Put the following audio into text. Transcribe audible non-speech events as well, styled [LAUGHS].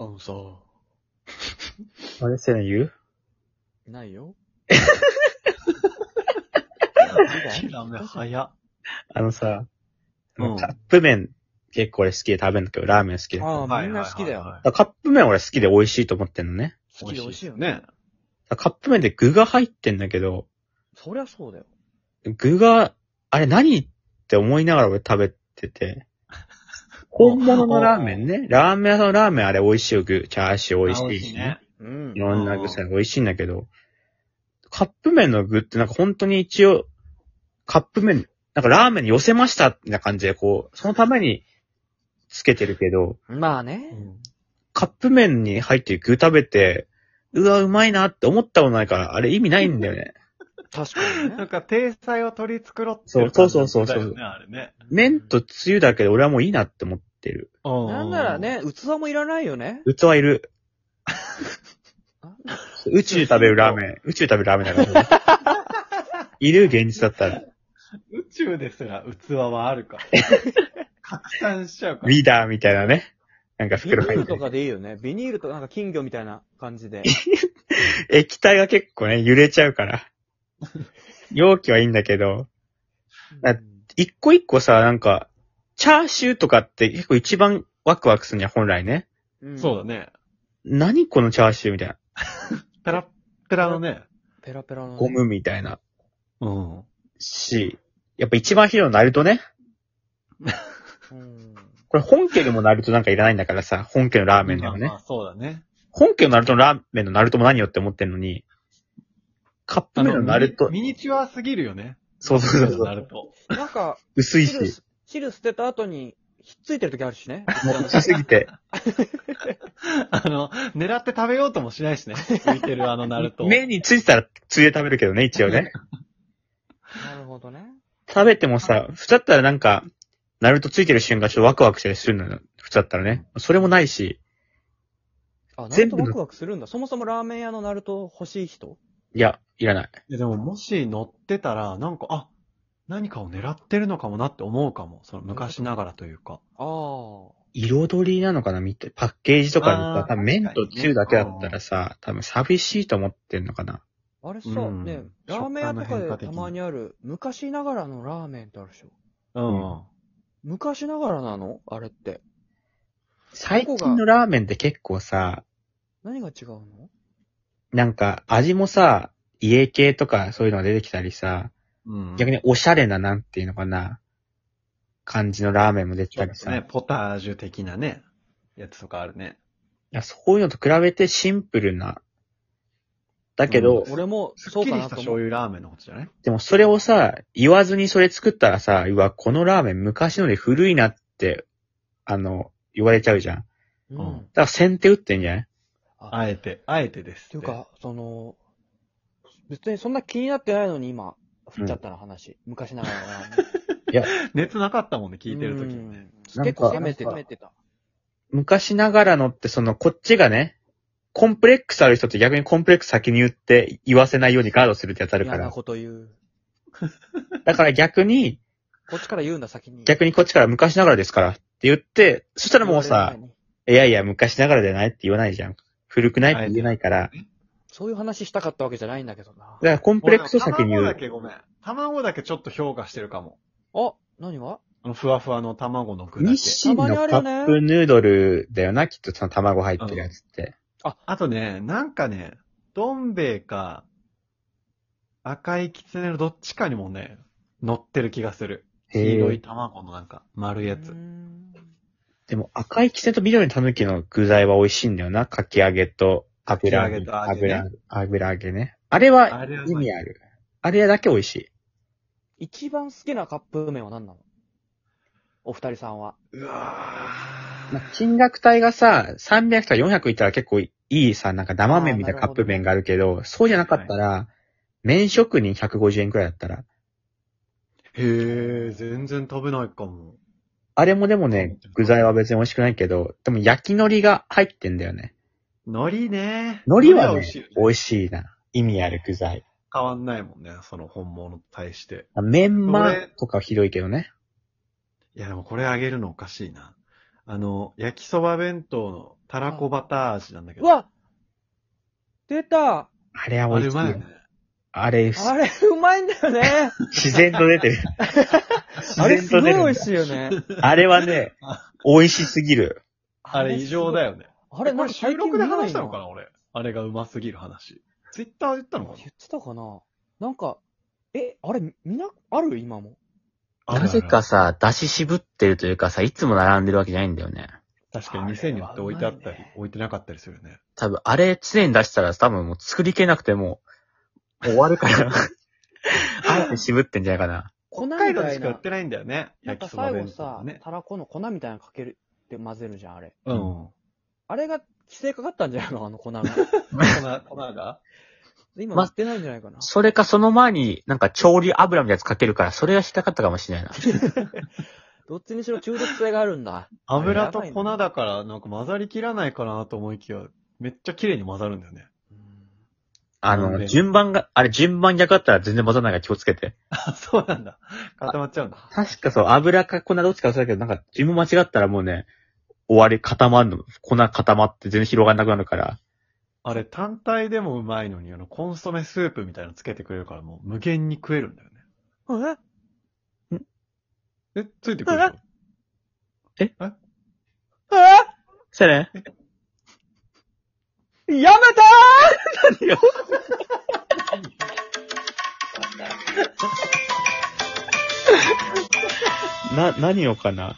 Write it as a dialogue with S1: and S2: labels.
S1: あ
S2: [LAUGHS]
S1: のさ、
S3: あれせな言う
S1: ないよ。
S2: 一段目早っ。
S3: あのさ、
S1: うん
S3: カップ麺結構俺好きで食べるんだけど、ラーメン好きで。だか
S1: ああ、みんな好きだよ。
S2: よ。
S3: らカップ麺俺好きで美味しいと思ってんのね。
S1: 好きで美味しいよね。
S2: ね。
S3: だからカップ麺で具が入ってんだけど、
S1: そりゃそうだよ。
S3: 具が、あれ何って思いながら俺食べて [LAUGHS] て。本物のラーメンね。ラーメン屋さんのラーメンあれ美味しいよ、具。チャーシュー美味しいし、ね。
S2: ね。
S1: うん
S3: い。ろんな具材美味しいんだけど、カップ麺の具ってなんか本当に一応、カップ麺、なんかラーメンに寄せましたみたいな感じで、こう、そのためにつけてるけど、
S1: まあね。
S3: カップ麺に入ってる具食べて、うわ、うまいなって思ったことないから、あれ意味ないんだよね。
S1: 確かに
S2: [LAUGHS] なん
S1: ね。
S2: か、体裁を取り繕って
S3: そう
S2: る感じ
S3: そうそうそうそ
S2: だ
S3: う
S2: よね、あれね。
S3: 麺とつゆだけで俺はもういいなって思ってる。
S1: なんなら。ね、器もいらないよね。
S3: 器いる。宇宙で食べるラーメン。宇宙で食べるラーメンだから。いる現実だったら。
S2: 宇宙ですら器はあるから。
S3: [LAUGHS]
S2: 拡散しちゃうから。
S3: リーダーみたいなね。なんか
S1: ビニ
S3: 袋入って
S1: ー
S3: る
S1: ルとかでいいよね。ビニールとなんか金魚みたいな感じで。
S3: 液体が結構ね、揺れちゃう
S2: [LAUGHS]
S3: から。容器はいいんだけど、あ
S1: うん
S3: 一個一個さ、なんか、チャーシューとかって結構一番ワクワクするには本来ね。
S1: うん
S2: そうだ。ね。
S3: 何このチャーシューみたいな。
S2: ペラッペラのね。
S1: ペラペラのね。
S3: ゴムみたいな。
S2: うん。
S3: し、やっぱ一番ひどいのなるとね。
S1: うん。
S3: これ本家でもなるとなんかいらないんだからさ、本家のラーメンでもね
S2: まあ。まあそうだね。
S3: 本家のナルトのラーメンのナルトも何よって思ってんのに、カップ麺のナルト、
S2: ミニミニチュアすぎるよね。
S3: そうそうそうそ
S2: な
S3: う、
S2: ると。
S1: なんか、
S3: 薄いし、
S1: 汁、汁捨てた後に、ひっついてる時あるしね。
S3: もう薄すぎて、
S2: あの、狙って食べようともしないしね。浮いてるあの [LAUGHS] ナルト。
S3: 麺についてたらつゆで食べるけどね、一応ね。
S1: なるほどね。
S3: 食べてもさ、普通だったらなんか、ナルトついてる瞬間ちょっとワクワクしたりするのよ。普通だったらね。それもないし、
S1: あ、ナル
S3: 全
S1: ト
S3: 部
S1: ワクワクするんだ。そもそもラーメン屋のナルト欲しい人
S3: いや、いらない。
S2: ででも、もし乗ってたら、なんか、あ、何かを狙ってるのかもなって思うかも。その昔ながらというか。
S1: ああ。
S3: 彩りなのかな見て、パッケージとかで
S2: あ
S3: さ
S2: ー、
S3: 多分麺とつゆだけだったらさ、多分寂しいと思ってんのかな。
S1: あれさ、
S2: うん
S1: ね、ラーメン
S2: 食
S1: 屋と
S2: 感の変
S1: か
S2: 化
S1: で
S2: 的
S1: た
S2: に
S1: まにある、昔ながらのラーメンってあるでしょ
S2: うん。
S1: 昔ながらなのあれって。
S3: 最近のラーメンって結構さ、
S1: 何が違うの
S3: なんか味もさ、家系とかそういうのが出てきたりさ、
S2: うん。
S3: 逆
S2: に。
S3: におしゃれななんていうのかな、感じのラーメンも出てたりさ、
S2: ね、ポタージュ的なね、やつとかあるね。
S3: いやそういうのと比べてシンプルな。だけど、
S2: うん
S1: 俺も、
S2: すっ
S1: そう
S2: き
S1: か
S2: り
S1: な
S2: した
S1: と
S2: 醤
S1: 思う。
S2: 油ラーメンのことじゃない
S3: でもそれをさ、言わずにそれ作ったらさ、うわ、このラーメン昔ので古いなって、あの、言われちゃうじゃん。だか
S1: う
S2: うん
S1: ん。っ
S3: ら先手打ってんじゃない
S2: あえて、あえてですって
S1: いう、か、その、別にそんな気になってないのに今、振っちゃったな話。昔ながらのラーメン。
S2: 熱なかったもんね、 [LAUGHS] 聞いてるときに
S1: う
S2: ね。
S3: な
S1: ん
S3: んか
S1: 結構冷めてた。
S3: なんか
S1: 冷めてた。
S3: 昔ながらのってその、こっちがね、コンプレックスある人って逆にコンプレックス先に言って言わせないようにガードするってやつあるか
S1: 嫌な
S3: ら。
S1: こと言う。
S3: だから逆に、
S1: こっちから言うんだ先に。
S3: 逆にこっちから昔ながらですからって言って、そしたらもう
S1: 言われ
S3: さ
S1: る、前に
S3: いやいや昔ながらじゃないって言わないじゃん。古くないって言えないから。
S1: そういう話したかったわけじゃないんだけどな
S3: だ。からコンプレックスを先に言
S2: 卵だ
S3: う。
S2: けごめん。卵だけちょっと評価してるかも。
S1: あ、何は
S2: あの、ふわふわの卵の具だけ。
S3: 日清のカップヌードルだよな、きっとその卵入ってるやつって。
S2: あとね、なんかね、どん兵衛か、赤いきつねのどっちかにもね、乗ってる気がする。黄色い卵のなんか、丸いや
S1: うー
S2: つ。
S1: ん
S3: でも赤いキセと緑のタヌキの具材は美味しいんだよな。かき揚げと油揚げ。
S2: かき揚げと揚げね
S3: 油揚げ油揚げね。あれは
S2: あれは
S3: 意味ある。あれだけ美味しい。
S1: 一番好きなカップ麺は何なのお二人さんは。
S2: うわ
S3: まあ
S2: ー
S3: 金額帯がさ、300とか400いったら結構いいさ、なんか生麺みたいなカップ麺があるけど、そうじゃなかったら、麺職人150円くらいだったら。
S2: へえ、全然食べないかも。
S3: あれもでもね、具材は別に美味しくないけど、でも焼き海苔が入ってんだよね。
S2: 海苔ね。
S3: 海苔は
S2: 美
S3: ね
S2: 味しいよね。
S3: 美味しいな。意味ある具材。
S2: 変わんないもんね、その本物と対して。
S3: あメンマ
S2: 俺
S3: とかはひどいけどね。
S2: いや、でもこれあげるのおかしいな。あの、焼きそば弁当のたらこバター味なんだけ
S1: う
S2: ど。
S1: わ出
S3: あ
S1: た
S3: れは
S2: あ
S3: 美
S2: れ
S3: 味
S2: う
S3: しい
S2: まいよね
S3: よ。。あれ、
S1: あれ、うまいんだよね
S3: 自然と出てる。自
S1: あれ、
S3: 然
S1: すご
S3: と出
S1: い美
S3: るんだ
S1: 味しい
S2: [LAUGHS]
S1: よね。
S3: あれはね、美味しすぎる。
S2: あれ異常だよね。
S1: あれ、
S2: こ
S1: なん
S2: れ
S1: か
S2: 収
S1: 最近
S2: 録で
S1: 見ない
S2: 話したのかな俺。あれがうますぎる話。ツイッターで言ったのかな
S1: 言ってたかななんか、え、あれ、みな、ある今も。
S2: ある
S4: な
S2: ある
S4: ぜかさ、出し渋ってるというかさ、いつも並んでるわけじゃないんだよね。
S2: 確かに店によって置いてあった
S1: あれはうま
S2: り
S1: いね、
S2: 置いてなかったりするよね。
S4: 多分、あれ常に出したら多分もう作りきれなくてもう、もう終わるから。あえて渋ってんじゃないかな。
S1: 粉み
S2: 北
S1: た
S2: 海
S1: い
S2: 道で
S1: な
S2: しか売ってないんだよね。
S1: なん
S2: 焼
S1: か
S2: きそば
S1: 最後
S2: 弁当と
S1: さ
S2: か、ね。
S1: たらこの粉みたいなのかけるって混ぜるじゃん、あれ。
S2: うん。
S1: あれが規制かかったんじゃないのあの
S2: [LAUGHS]
S1: 粉が。
S2: 粉、粉が
S1: 今
S4: ま
S1: 売ってないんじゃないかな。
S4: それかその前になんか調理油みたいなやつかけるから、それが引っかかったかもしれないな。
S1: どっちにしろ中毒性があるんだ。
S2: 油と粉だから、なんか混ざりきらないかなと思いきや、めっちゃ綺麗に混ざるんだよね。
S4: あ
S2: うん
S4: の、順番が、あれ順番逆だったら全然混ざらないから気をつけて。
S2: あ、 [LAUGHS] そうなんだ。固まっちゃうんだ。
S4: 確
S3: そう、油か粉どっちか忘れたけど、なんか自分間違ったらもうね、終わり固まんの。粉固まって全然広がんなくなるから。
S2: あれ単体でもうまいのに、あの、コンソメスープみたいなのつけてくれるからもう無限に食 [LAUGHS] えるんだよね。
S1: え
S2: え、ついてくるでしょ
S1: え
S4: それ
S1: やめた
S3: な、何をかな